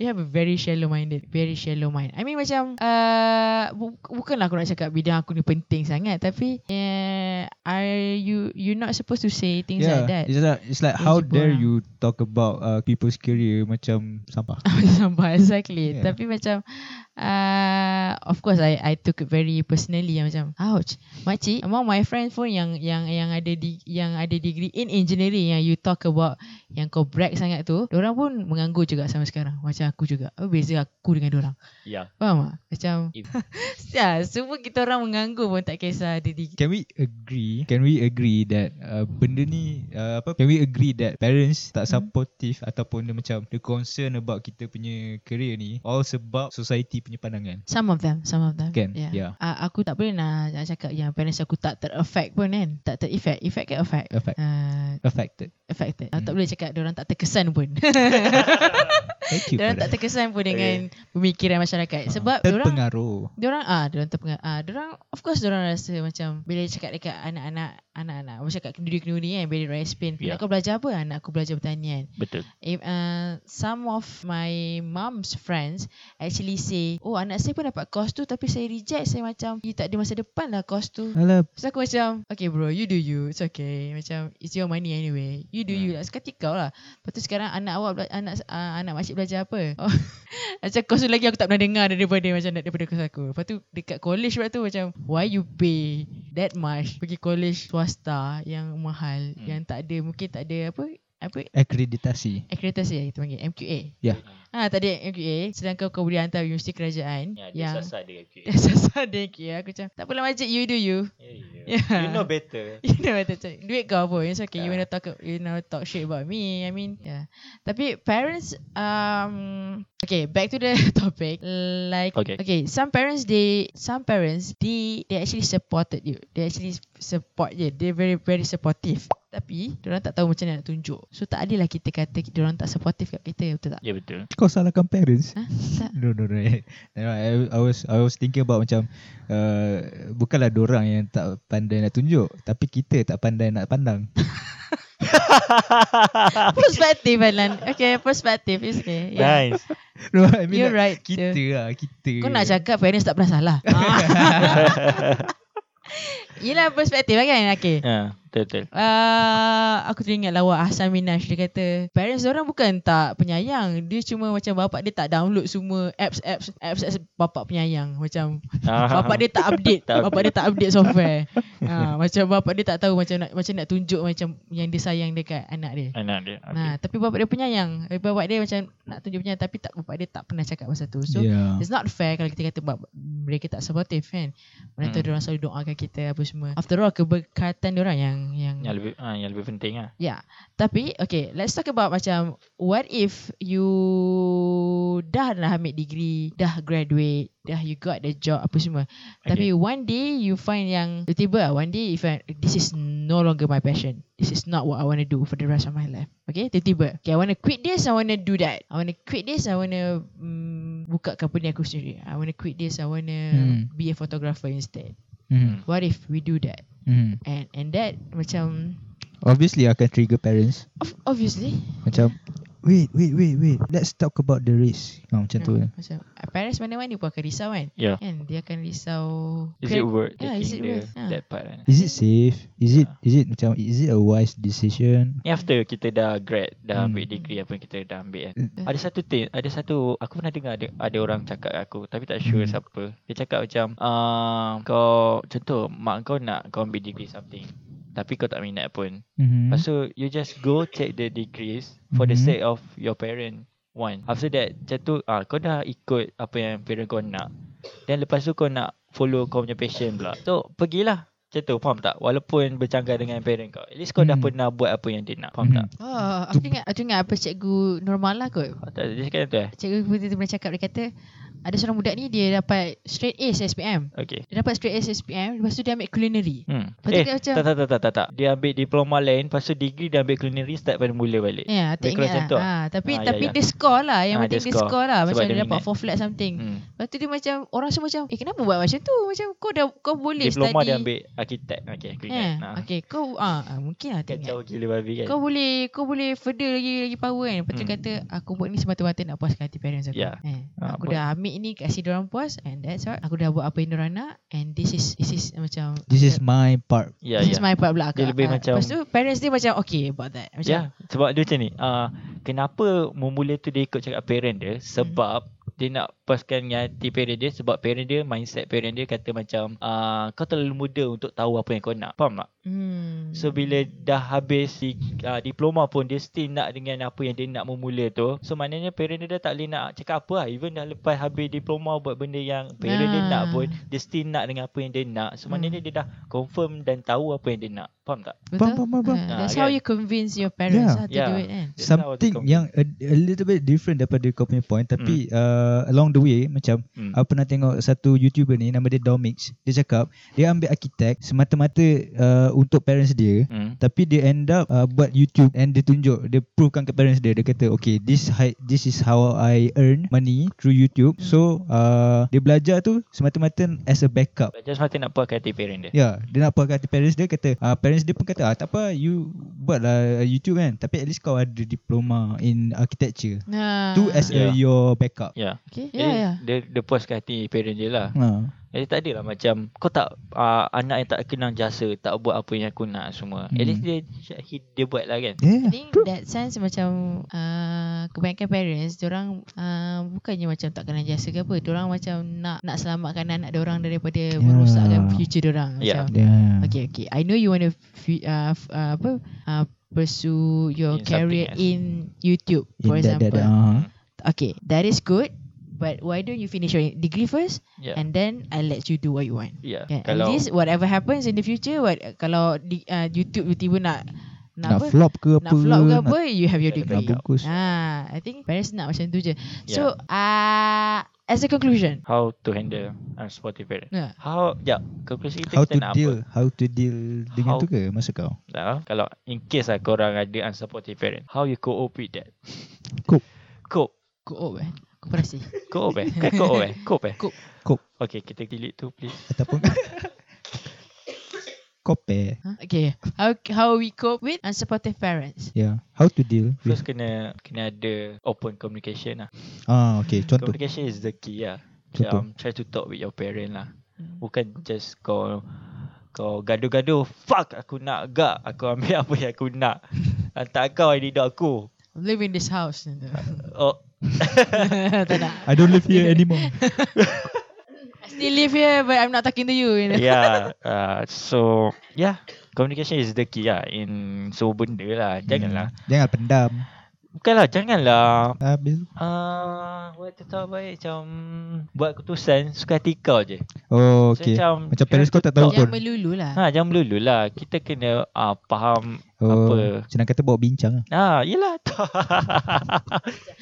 Speaker 2: you have a very shallow minded, very shallow mind. I mean macam uh, bu- bukanlah aku nak cakap bidang aku ni penting sangat tapi yeah, are you you're not supposed to say things
Speaker 3: yeah,
Speaker 2: like that.
Speaker 3: It's like, it's like
Speaker 2: Dia
Speaker 3: how
Speaker 2: jumpa
Speaker 3: dare
Speaker 2: orang.
Speaker 3: you talk about uh, people's career macam sampah.
Speaker 2: *laughs* Sampah exactly
Speaker 3: Yeah.
Speaker 2: yeah. Tapi macam uh, Of course I I took it very personally yang Macam Ouch Makcik Among my friends pun Yang yang yang ada di, Yang ada degree In engineering Yang you talk about Yang kau brag sangat tu Diorang pun menganggur juga Sampai sekarang Macam aku juga Apa beza aku dengan diorang
Speaker 1: Yeah.
Speaker 2: Faham tak? Macam
Speaker 1: If-
Speaker 2: *laughs* ya, Semua kita orang menganggur pun Tak kisah ada degree
Speaker 3: Can we agree? Can we agree that uh, benda ni uh, apa? Can we agree that parents tak
Speaker 2: Hmm.
Speaker 3: supportive ataupun dia macam the concern about kita punya career ni all sebab society punya pandangan.
Speaker 2: Some of them, some of them.
Speaker 3: Kan?
Speaker 2: Yeah.
Speaker 3: Yeah.
Speaker 2: Uh, aku tak boleh nak, nak cakap yang parents aku tak ter-affect pun kan. Tak ter-effect. Effect ke affect?
Speaker 3: Affect.
Speaker 2: Uh,
Speaker 3: Affected.
Speaker 2: affected.
Speaker 3: Hmm.
Speaker 2: Hmm. Tak boleh cakap orang tak terkesan pun. *laughs*
Speaker 3: Thank you.
Speaker 2: orang
Speaker 3: for
Speaker 2: tak
Speaker 3: that.
Speaker 2: terkesan pun dengan pemikiran masyarakat.
Speaker 3: Ha.
Speaker 2: Sebab orang
Speaker 3: terpengaruh.
Speaker 2: Diorang ah, diorang terpengaruh. Ah, diorang of course diorang rasa macam bila cakap dekat anak-anak, anak-anak, macam kat kenduri-kenduri kan, bila diorang explain,
Speaker 1: Yeah.
Speaker 2: yeah. anak kau belajar apa? Anak aku belajar pertanian.
Speaker 1: Betul.
Speaker 2: If, uh, some of my mom's friends actually say, oh anak saya pun dapat course tu tapi saya reject, saya macam, you tak ada masa depan lah course tu.
Speaker 3: Alah,
Speaker 2: So aku macam Okay bro you do you It's okay Macam it's your money anyway You do you
Speaker 1: Hmm.
Speaker 2: lah Sekati kau lah Lepas tu sekarang anak awak bela- Anak uh, anak makcik belajar apa *laughs* oh, Macam kos tu lagi aku tak pernah dengar Daripada macam daripada kos aku Lepas tu dekat college pula tu macam Why you pay that much Pergi college swasta Yang mahal
Speaker 1: Hmm.
Speaker 2: Yang tak ada Mungkin tak ada apa Apa
Speaker 3: akreditasi.
Speaker 2: Akreditasi ya kita panggil MQA
Speaker 3: Ya.
Speaker 2: Ah ha, tak ada MQA Sedangkan kau boleh hantar Universiti kerajaan
Speaker 1: Ya, dia
Speaker 2: Yang
Speaker 1: sasar dia okay.
Speaker 2: Sasar *laughs* dia MQA Aku macam Tak apalah makcik you do you
Speaker 1: Yeah.
Speaker 2: Yeah.
Speaker 1: You know better.
Speaker 2: You know what I'm saying? Duit kau pun It's okay yeah. You
Speaker 1: Yeah.
Speaker 2: wanna talk You know talk shit about me I mean yeah. Tapi parents um, Okay back to the *laughs* topic Like
Speaker 1: Okay.
Speaker 2: okay Some parents they Some parents They they actually supported you They actually support you They very very supportive Tapi Diorang tak tahu macam mana nak tunjuk So tak adalah kita kata Diorang tak supportive kat kita
Speaker 1: *laughs*
Speaker 2: Betul tak?
Speaker 1: Ya yeah, betul.
Speaker 3: Kau salahkan parents.
Speaker 2: Ha? Tak
Speaker 3: *laughs* No no no. eh. No, I, I was I was thinking about macam uh, bukanlah orang yang tak pandai nak tunjuk, tapi kita tak pandai nak pandang. *laughs*
Speaker 2: Perspektif Alan Okay perspektif It's okay yeah.
Speaker 1: *laughs* Nice.
Speaker 3: No, I mean
Speaker 2: You're
Speaker 3: like,
Speaker 2: right
Speaker 3: Kita lah, kita.
Speaker 2: Kau nak cakap parents tak pernah salah. *laughs* Yelah perspektif lah kan. Okay.
Speaker 1: Ha, betul betul.
Speaker 2: *laughs* Uh, aku teringat lawa Ahsan Minaj Dia kata Parents orang bukan tak penyayang Dia cuma macam Bapak dia tak download semua Apps apps apps, apps Bapak penyayang Macam
Speaker 1: Ah,
Speaker 2: Bapak dia tak update
Speaker 1: Tak
Speaker 2: Bapak dia tak update software ha, Macam bapak dia tak tahu Macam nak, macam nak tunjuk Macam yang dia sayang dekat anak dia
Speaker 1: Anak dia. Okay.
Speaker 2: Nah, tapi bapak dia penyayang. Eh, Bapak dia macam nak tunjuk penyayang tapi tak bapak dia tak pernah cakap pasal tu. So
Speaker 3: yeah.
Speaker 2: It's not fair kalau kita kata bab- mereka tak supportive kan. Mana tu
Speaker 1: Mm.
Speaker 2: orang selalu doakan kita apa semua. After all keberkatan orang yang yang
Speaker 1: Yang lebih ha, yang lebih penting lah.
Speaker 2: Yeah. Ya, Tapi okay, let's talk about macam what if you dah lah ambil degree, dah graduate, dah you got the job apa semua. Okay. Tapi one day you find yang tiba-tiba lah, one day you find this is no longer my passion. This is not what I want to do for the rest of my life. Okay, tiba-tiba. Okay, I want to quit this, I want to do that. I want to quit this, I want to mm, buka company aku sendiri. I want to quit this, I want to
Speaker 3: Hmm.
Speaker 2: be a photographer instead.
Speaker 1: Hmm.
Speaker 3: Mm,
Speaker 2: What if we do that?
Speaker 3: mm.
Speaker 2: And and that macam
Speaker 3: Obviously akan trigger parents
Speaker 2: of- obviously
Speaker 3: macam wait wait wait wait let's talk about the race. Ha, macam tu
Speaker 1: Hmm.
Speaker 3: kan.
Speaker 2: Ah, Macam ah, parents mana-mana pun akan risau kan.
Speaker 1: Yeah.
Speaker 2: Kan dia akan risau.
Speaker 1: Ya. Is it worth
Speaker 2: Yeah, is
Speaker 1: taking
Speaker 2: it
Speaker 1: the,
Speaker 2: worth? Ah.
Speaker 1: that part? Kan?
Speaker 3: Is it safe? Is it is it macam is it a wise decision?
Speaker 1: Ni after kita dah grad, dah
Speaker 3: Hmm.
Speaker 1: ambil degree apa yang kita dah ambil kan.
Speaker 3: Hmm.
Speaker 1: Ada satu tip, ada satu aku pernah dengar ada, ada orang cakap kat aku tapi tak sure
Speaker 3: Hmm.
Speaker 1: siapa. Dia cakap macam ah kau contoh mak kau nak kau ambil degree something tapi kau tak minat pun.
Speaker 3: Mm-hmm.
Speaker 1: Lepas tu you just go check the degrees for the
Speaker 3: Mhm.
Speaker 1: sake of your parent want. After that macam tu ah kau dah ikut apa yang parent kau nak. Then lepas tu kau nak follow kau punya passion pula. So pergilah Macam tu faham tak Walaupun bercanggah dengan parent kau At least kau hmm. dah
Speaker 3: Hmm.
Speaker 1: pernah buat apa yang dia nak Faham hmm. tak
Speaker 2: Oh, aku ingat aku ingat apa cikgu normal lah kot.
Speaker 1: Faham tak Dia cakap tu eh
Speaker 2: Cikgu pun tu pernah cakap dia kata ada seorang budak ni dia dapat straight A's SPM.
Speaker 1: Okay
Speaker 2: Dia dapat straight A's SPM, lepas tu dia ambil culinary.
Speaker 1: Hmm.
Speaker 2: Lepas tu
Speaker 1: Eh,
Speaker 2: dia
Speaker 1: tak,
Speaker 2: macam-
Speaker 1: tak, tak, tak, tak, tak. Dia ambil diploma lain, lepas tu degree dia ambil culinary, start pada mula balik.
Speaker 2: Ya, yeah, tak
Speaker 1: Background
Speaker 2: ingat
Speaker 1: macam tu
Speaker 2: lah. Ha, tapi
Speaker 1: Ah, ya,
Speaker 2: tapi
Speaker 1: ya.
Speaker 2: dia score lah. Yang
Speaker 1: Ah,
Speaker 2: penting
Speaker 1: dia
Speaker 2: dia
Speaker 1: score.
Speaker 2: score, lah.
Speaker 1: Sebab
Speaker 2: Macam
Speaker 1: dia
Speaker 2: dia dapat
Speaker 1: minat.
Speaker 2: 4 flat something.
Speaker 1: Hmm.
Speaker 2: Lepas tu dia macam orang semua macam, "Eh, kenapa buat macam tu? Macam kau dah kau boleh
Speaker 1: diploma
Speaker 2: study."
Speaker 1: dia ambil arkitek. Okay, aku ingat.
Speaker 2: Eh,
Speaker 1: Nah.
Speaker 2: okay, kau ah, ah, mungkin lah tak
Speaker 1: Kacau
Speaker 2: ingat.
Speaker 1: gila babi kan.
Speaker 2: Kau boleh kau boleh further lagi lagi power kan. Lepas tu
Speaker 1: Hmm.
Speaker 2: kata aku buat ni semata-mata nak puaskan hati parents aku.
Speaker 1: Ya.
Speaker 2: Eh,
Speaker 1: Ah,
Speaker 2: aku
Speaker 1: boleh.
Speaker 2: dah ambil ni kasi dia orang puas and that's what. Aku dah buat apa yang dia orang nak and this is this is macam uh,
Speaker 3: This is my part.
Speaker 1: Ya, ya.
Speaker 2: this is my part pula.
Speaker 1: Dia
Speaker 2: aku-
Speaker 1: lebih
Speaker 2: ah,
Speaker 1: macam-
Speaker 2: Lepas tu parents dia macam okay about that. Macam
Speaker 1: Ya, sebab dia macam ni. Uh, kenapa memula tu dia ikut cakap parent
Speaker 2: Hmm.
Speaker 1: dia? Sebab dia nak puaskan dengan hati parent dia sebab parent dia, mindset parent dia kata macam uh, kau terlalu muda untuk tahu apa yang kau nak. Faham tak?
Speaker 2: Hmm.
Speaker 1: So bila dah habis di, uh, diploma pun dia still nak dengan apa yang dia nak memula tu. So maknanya parent dia dah tak boleh nak cakap apa lah. Even dah lepas habis diploma buat benda yang parent dia
Speaker 2: Ah.
Speaker 1: nak pun dia still nak dengan apa yang dia nak. So
Speaker 2: Hmm.
Speaker 1: maknanya dia dah confirm dan tahu apa yang dia nak. Faham tak?
Speaker 2: Betul?
Speaker 3: Faham, faham, faham.
Speaker 2: Ah,
Speaker 1: Ah,
Speaker 2: that's
Speaker 1: kan?
Speaker 2: how you convince your parents
Speaker 3: Yeah.
Speaker 2: lah to
Speaker 1: Yeah.
Speaker 2: do it kan.
Speaker 1: That's how to
Speaker 3: Something
Speaker 1: confirm.
Speaker 3: yang a, a little bit different daripada kau punya point tapi uh, along the way macam
Speaker 1: Hmm.
Speaker 3: Aku pernah tengok satu YouTuber ni nama dia Domix. Dia cakap dia ambil arkitek semata-mata uh, untuk parents dia.
Speaker 1: Hmm.
Speaker 3: Tapi dia end up uh, buat YouTube and dia tunjuk, dia provekan ke parents dia. Dia kata, okay, this hi, this is how I earn money through YouTube. So, uh, dia belajar tu semata-mata as a backup.
Speaker 1: Belajar semata nak puaskan hati parent dia.
Speaker 3: Ya, yeah, dia nak apa kata parents dia kata, uh, parents dia pun kata, ah, tak apa, you buatlah YouTube kan. Tapi at least kau ada diploma in architecture.
Speaker 2: Nah.
Speaker 3: Tu as
Speaker 1: Yeah.
Speaker 3: a your backup.
Speaker 1: Ya.
Speaker 2: Ah, Okay.
Speaker 1: Jadi,
Speaker 2: Yeah, yeah.
Speaker 1: Dia, dia puaskan hati parent dia lah.
Speaker 3: Ha.
Speaker 1: Jadi tak adalah macam kau tak uh, anak yang tak kenang jasa, tak buat apa yang aku nak semua. At
Speaker 3: Hmm.
Speaker 1: least dia he, dia buat lah kan.
Speaker 2: I
Speaker 3: Yeah.
Speaker 2: think that sense macam uh, kebanyakan parents orang uh, bukannya macam tak kena jasa ke apa. Orang macam nak nak selamatkan anak orang daripada
Speaker 3: Ya.
Speaker 2: yeah. merosakkan future orang
Speaker 1: Yeah.
Speaker 2: macam.
Speaker 3: Yeah.
Speaker 2: Okay, okay. I know you want to f- uh, f- uh, apa uh, pursue
Speaker 1: In
Speaker 2: your
Speaker 1: something
Speaker 2: career
Speaker 1: else.
Speaker 2: in YouTube
Speaker 3: In
Speaker 2: for example.
Speaker 3: That, that, uh,
Speaker 2: Okay, that is good. But why don't you finish your degree first
Speaker 1: Ya.
Speaker 2: and then I let you do what you want.
Speaker 1: Ya.
Speaker 2: Yeah,
Speaker 1: Kalau
Speaker 2: at least whatever happens in the future, what kalau di, uh, YouTube tiba-tiba nak
Speaker 3: nak
Speaker 2: nak, apa?
Speaker 3: flop ke
Speaker 2: nak
Speaker 3: apa
Speaker 2: flop ke apa, you have your
Speaker 1: nak
Speaker 2: degree.
Speaker 3: bungkus. Ya.
Speaker 2: Ah, I think parents nak macam tu je. So, uh, as a conclusion,
Speaker 1: how to handle unspotted parent.
Speaker 2: yeah.
Speaker 1: How ya, conclusion kita
Speaker 3: How
Speaker 1: kita
Speaker 3: to
Speaker 1: nak
Speaker 3: deal
Speaker 1: apa?
Speaker 3: How to deal Dengan
Speaker 1: How-
Speaker 3: tu ke Masa kau
Speaker 1: Nah, Ha? kalau in case lah korang ada unsupportive parent, how you cope with that?
Speaker 3: Cope.
Speaker 1: Cope.
Speaker 2: co-op eh, koperasi.
Speaker 1: Cope
Speaker 2: *laughs*
Speaker 1: eh. Kan cope eh. Cope eh.
Speaker 2: Cope.
Speaker 3: Cope.
Speaker 1: Okay, kita delete tu please.
Speaker 3: Ataupun Kope
Speaker 2: huh? Ha? Okay, how how we cope with unsupportive parents?
Speaker 3: Yeah Ya. How to deal with,
Speaker 1: First kena kena ada open communication lah.
Speaker 3: Ah okay Contoh
Speaker 1: Communication is the key lah.
Speaker 3: Contoh.
Speaker 1: Macam try to talk with your parent lah.
Speaker 2: Hmm.
Speaker 1: Bukan just kau kau gaduh-gaduh fuck aku nak gak aku ambil *laughs* apa yang aku
Speaker 3: *laughs*
Speaker 1: nak hantar kau hidup aku
Speaker 2: Live in this house.
Speaker 1: oh
Speaker 2: tak nak.
Speaker 3: I don't
Speaker 1: *laughs*
Speaker 3: live here anymore
Speaker 2: I still live here but I'm not talking to you.
Speaker 3: Ya,
Speaker 2: you *laughs* know?
Speaker 1: yeah. Uh, so yeah, communication is the key lah in semua benda lah. Janganlah.
Speaker 3: Hmm. Jangan pendam
Speaker 1: Bukanlah janganlah
Speaker 3: Habis
Speaker 1: uh, what to talk about it, macam buat keputusan suka hati kau je.
Speaker 3: Oh
Speaker 1: So,
Speaker 3: okay
Speaker 1: macam-
Speaker 3: Macam parents kau tak tahu
Speaker 2: Jangan
Speaker 3: pun
Speaker 2: melulu lah.
Speaker 1: Ha jangan melulu lah. Kita kena uh, faham
Speaker 3: Oh
Speaker 1: apa.
Speaker 3: Senang kata bawa bincang lah
Speaker 1: Ah, yelah. *laughs*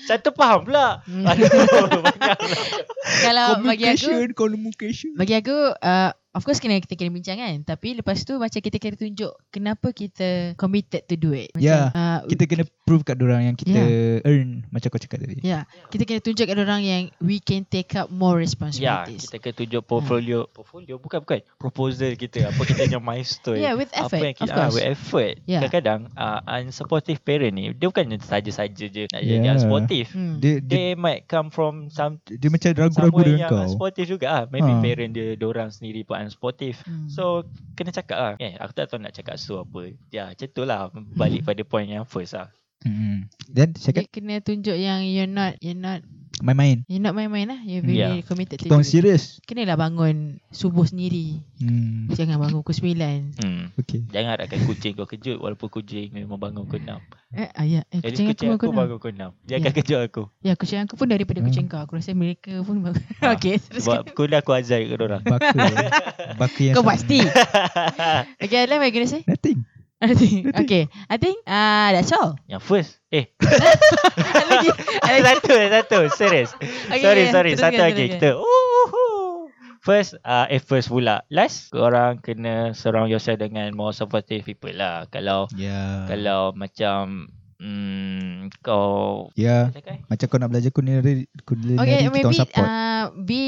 Speaker 1: Satu faham pula.
Speaker 2: Hmm.
Speaker 1: Aduh, banyak.
Speaker 2: Kalau bagi aku,
Speaker 3: Communication
Speaker 2: Bagi aku uh, Of course kena kita kena bincang kan Tapi lepas tu Macam kita kena tunjuk Kenapa kita Committed to do it Macam Ya.
Speaker 3: Yeah.
Speaker 2: uh, kita,
Speaker 3: Ya. Kita kena prove kat dorang Yang kita earn Macam kau cakap tadi
Speaker 2: yeah, Ya, kita kena tunjuk kat orang yang We can take up more
Speaker 1: Ya,
Speaker 2: responsibilities Hmm.
Speaker 1: kita kena tunjuk portfolio. Portfolio bukan bukan. Proposal kita apa kita punya milestone.
Speaker 2: Yeah, with effort,
Speaker 1: Apa yang kita
Speaker 2: of course.
Speaker 1: ah, with effort.
Speaker 2: Yeah.
Speaker 1: Kadang-kadang uh, unsupportive parent ni dia bukan saja-saja je nak jadi
Speaker 3: Yeah.
Speaker 1: unsupportive.
Speaker 2: Hmm.
Speaker 3: Dia, dia,
Speaker 1: They might come from some
Speaker 3: dia macam ragu-ragu
Speaker 1: somewhere
Speaker 3: dengan
Speaker 1: Eh, yang
Speaker 3: kau
Speaker 1: unsupportive juga ah. Maybe
Speaker 3: Ha.
Speaker 1: parent dia dorang sendiri pun unsupportive.
Speaker 2: Hmm.
Speaker 1: So kena cakap lah Eh aku tak tahu nak cakap so apa Ya macam tu lah Balik pada point yang first lah
Speaker 3: Hmm. Then
Speaker 2: Dia
Speaker 3: second
Speaker 2: kena tunjuk yang You're not You're not
Speaker 3: Main-main
Speaker 2: You're not main-main lah You're very
Speaker 1: Yeah.
Speaker 2: committed
Speaker 3: Kita
Speaker 2: to
Speaker 3: orang
Speaker 2: do it
Speaker 3: serious
Speaker 2: Kenalah bangun Subuh sendiri
Speaker 3: Hmm
Speaker 2: Ya. Jangan bangun pukul 9
Speaker 1: hmm.
Speaker 3: Okay
Speaker 1: Jangan harapkan kucing kau kejut Walaupun kucing memang bangun kau enam
Speaker 2: Eh, ah, ya. Eh,
Speaker 1: Jadi
Speaker 2: kucing,
Speaker 1: kucing
Speaker 2: aku,
Speaker 1: aku
Speaker 2: baru
Speaker 1: baru kau enam. Dia akan
Speaker 2: Ya.
Speaker 1: kejut aku.
Speaker 2: Ya, kucing aku pun daripada
Speaker 3: Hmm.
Speaker 2: kucing kau. Aku rasa mereka pun baru.
Speaker 1: Ah,
Speaker 2: *laughs* okay, terus.
Speaker 1: Sebab aku dah aku azal kat orang.
Speaker 3: Baka
Speaker 2: *laughs*
Speaker 3: Baka yang
Speaker 2: Kau
Speaker 3: sama.
Speaker 2: pasti.
Speaker 1: *laughs*
Speaker 2: okay, Alan, what you gonna say?
Speaker 3: Nothing
Speaker 2: Nothing. Okay, I think ah that's all.
Speaker 1: Yang first.
Speaker 2: *laughs*
Speaker 1: Eh,
Speaker 2: Ada lagi. Ada lagi.
Speaker 1: satu, satu. *laughs* Serius.
Speaker 2: Okay,
Speaker 1: sorry,
Speaker 2: okay,
Speaker 1: sorry.
Speaker 2: teruskan,
Speaker 1: Satu lagi
Speaker 2: teruskan.
Speaker 1: kita. Uhuhu. First, uh, eh first pula. Last, korang kena surround yourself dengan more supportive people lah. Kalau
Speaker 3: Ya yeah.
Speaker 1: kalau macam mm, kau
Speaker 3: Ya
Speaker 1: cakap eh?
Speaker 3: Macam kau nak belajar kulinary Kulinary
Speaker 2: Okay,
Speaker 3: okay, kita
Speaker 2: maybe
Speaker 3: orang support
Speaker 2: uh, be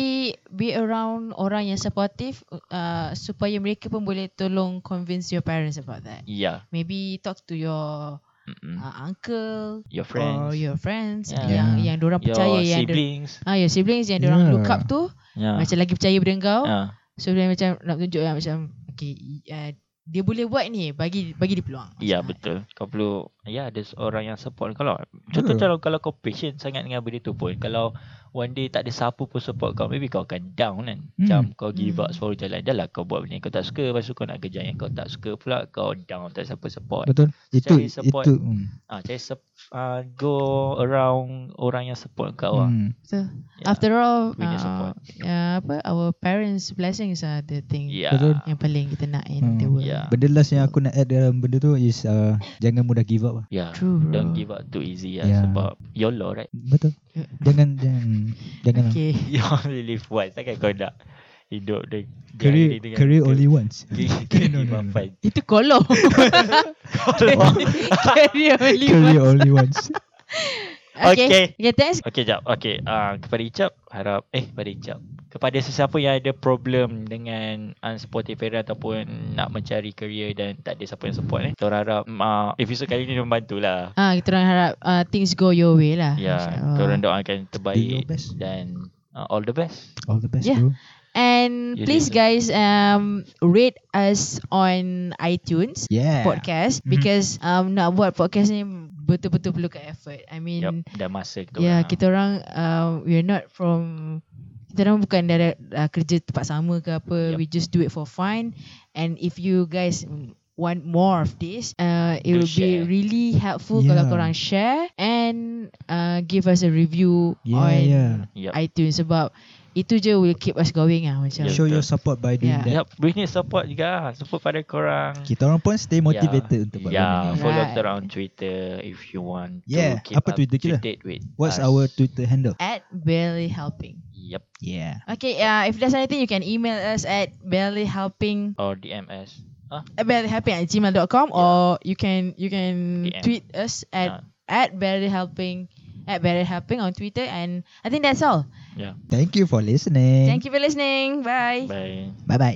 Speaker 2: be around orang yang supportive uh, supaya mereka pun boleh tolong convince your parents about that.
Speaker 1: Yeah.
Speaker 2: Maybe talk to your
Speaker 1: Ya, Mm-mm.
Speaker 2: uh, uncle
Speaker 1: Your
Speaker 2: or
Speaker 1: friends. Your,
Speaker 2: your friends
Speaker 1: Yeah.
Speaker 2: yang
Speaker 3: Yeah.
Speaker 2: yang diorang percaya yang dia-
Speaker 1: siblings.
Speaker 2: Ah, your siblings yang diorang
Speaker 3: Yeah.
Speaker 2: look up tu
Speaker 1: Yeah.
Speaker 2: macam lagi percaya pada kau.
Speaker 1: Ah.
Speaker 2: So dia macam nak tunjuk yang macam okay, uh, dia boleh buat ni, bagi bagi dia peluang.
Speaker 1: Ya
Speaker 2: Macam,
Speaker 1: betul Kau perlu Ya ada orang yang support Kalau Contoh
Speaker 3: Ya.
Speaker 1: kalau, kalau kau patient sangat Dengan benda tu pun Kalau One day tak ada siapa pun support kau Maybe kau akan down kan Macam kau give up
Speaker 2: Hmm.
Speaker 1: Separuh jalan Dah lah kau buat benda yang kau tak suka Lepas tu kau nak kerja yang kau tak suka pula Kau down tak ada siapa support
Speaker 3: Betul Itu
Speaker 1: Cari support.
Speaker 3: Itu hmm.
Speaker 1: ah, Jadi sup- ah, Go around Orang yang support kau lah
Speaker 3: Hmm.
Speaker 2: So,
Speaker 1: Ya.
Speaker 2: after all,
Speaker 1: We need
Speaker 2: uh,
Speaker 1: support.
Speaker 2: uh, apa our parents blessings are the thing
Speaker 1: Ya
Speaker 3: Betul.
Speaker 2: yang paling kita nak in
Speaker 3: Hmm,
Speaker 2: the world.
Speaker 1: Ya
Speaker 3: Benda last yang aku nak add dalam benda tu Is uh, Jangan mudah give up lah
Speaker 1: Ya
Speaker 2: True, bro.
Speaker 1: Don't give up too easy lah
Speaker 3: Ya.
Speaker 1: Sebab YOLO right *laughs*
Speaker 3: Betul
Speaker 2: Ya.
Speaker 3: Jangan Jangan Jangan lah
Speaker 2: Okay.
Speaker 1: You only live once Takkan kau nak Hidup de-
Speaker 3: Career,
Speaker 1: dengan-
Speaker 3: career only once *laughs*
Speaker 1: Give
Speaker 3: No, no,
Speaker 1: up
Speaker 3: no.
Speaker 1: fun.
Speaker 2: *laughs* Itu
Speaker 1: *laughs*
Speaker 2: kolom. Career only
Speaker 3: Career
Speaker 2: one.
Speaker 3: only once
Speaker 1: Okay.
Speaker 2: Okay. Okay, thanks.
Speaker 1: Okey jap. Okey, uh, kepada Icap harap eh kepada Icap. Kepada sesiapa yang ada problem dengan unsupportive parent ataupun nak mencari career dan tak ada siapa yang support eh. Kita orang harap uh, episode kali ni membantulah.
Speaker 2: Ah, kita orang harap uh, things go your way lah.
Speaker 1: Ya, yeah,
Speaker 2: InsyaAllah.
Speaker 1: kita orang doakan
Speaker 3: Ah, Do your
Speaker 1: terbaik
Speaker 3: best
Speaker 1: dan uh, all the best.
Speaker 3: All the best
Speaker 2: Yeah.
Speaker 3: bro
Speaker 2: And
Speaker 1: You
Speaker 2: please,
Speaker 1: did
Speaker 2: guys, um, rate us on iTunes
Speaker 3: Yeah
Speaker 2: podcast
Speaker 1: Mm-hmm.
Speaker 3: Mhm.
Speaker 2: because um, nak buat podcast ni betul-betul perlukan effort. I mean,
Speaker 1: Yap, dah masa kita
Speaker 2: Ya, yeah,
Speaker 1: orang.
Speaker 2: kita orang uh, we're not from kita orang bukan dari uh, kerja tempat sama ke apa.
Speaker 1: Yup.
Speaker 2: We just do it for fun. And if you guys mm, want more of this, uh, it
Speaker 1: Do
Speaker 2: will be
Speaker 1: share.
Speaker 2: really helpful kalau
Speaker 3: Yeah.
Speaker 2: korang share and uh, give us a review
Speaker 3: Yeah,
Speaker 2: on
Speaker 3: yeah.
Speaker 1: Yep.
Speaker 2: iTunes sebab itu je will keep us going ah macam.
Speaker 1: Yeah,
Speaker 3: Show
Speaker 1: betul.
Speaker 3: your support by doing
Speaker 2: Yeah.
Speaker 3: that
Speaker 1: Yep, we need support juga. ah, Support pada korang.
Speaker 3: Kita orang pun stay motivated untuk buat
Speaker 1: yeah,
Speaker 3: benda ni.
Speaker 1: follow
Speaker 2: Right.
Speaker 1: kita orang on Twitter if you want to
Speaker 3: Yeah,
Speaker 1: keep
Speaker 3: apa
Speaker 1: up
Speaker 3: Twitter
Speaker 1: to
Speaker 3: kita?
Speaker 1: date with
Speaker 3: What's
Speaker 1: us.
Speaker 3: our Twitter handle?
Speaker 2: At barely helping.
Speaker 1: Yep,
Speaker 3: Yeah.
Speaker 2: Okay, uh, if there's anything you can email us at barelyhelping
Speaker 1: or DMS. Ah,
Speaker 2: barelyhelping at gmail.com or you can you can
Speaker 1: DM.
Speaker 2: tweet us
Speaker 1: nah,
Speaker 2: at at Barely Helping at Barely Helping on Twitter and I think that's all.
Speaker 1: yeah.
Speaker 3: Thank you for listening.
Speaker 2: Thank you for listening. Bye.
Speaker 1: Bye.
Speaker 3: Bye bye.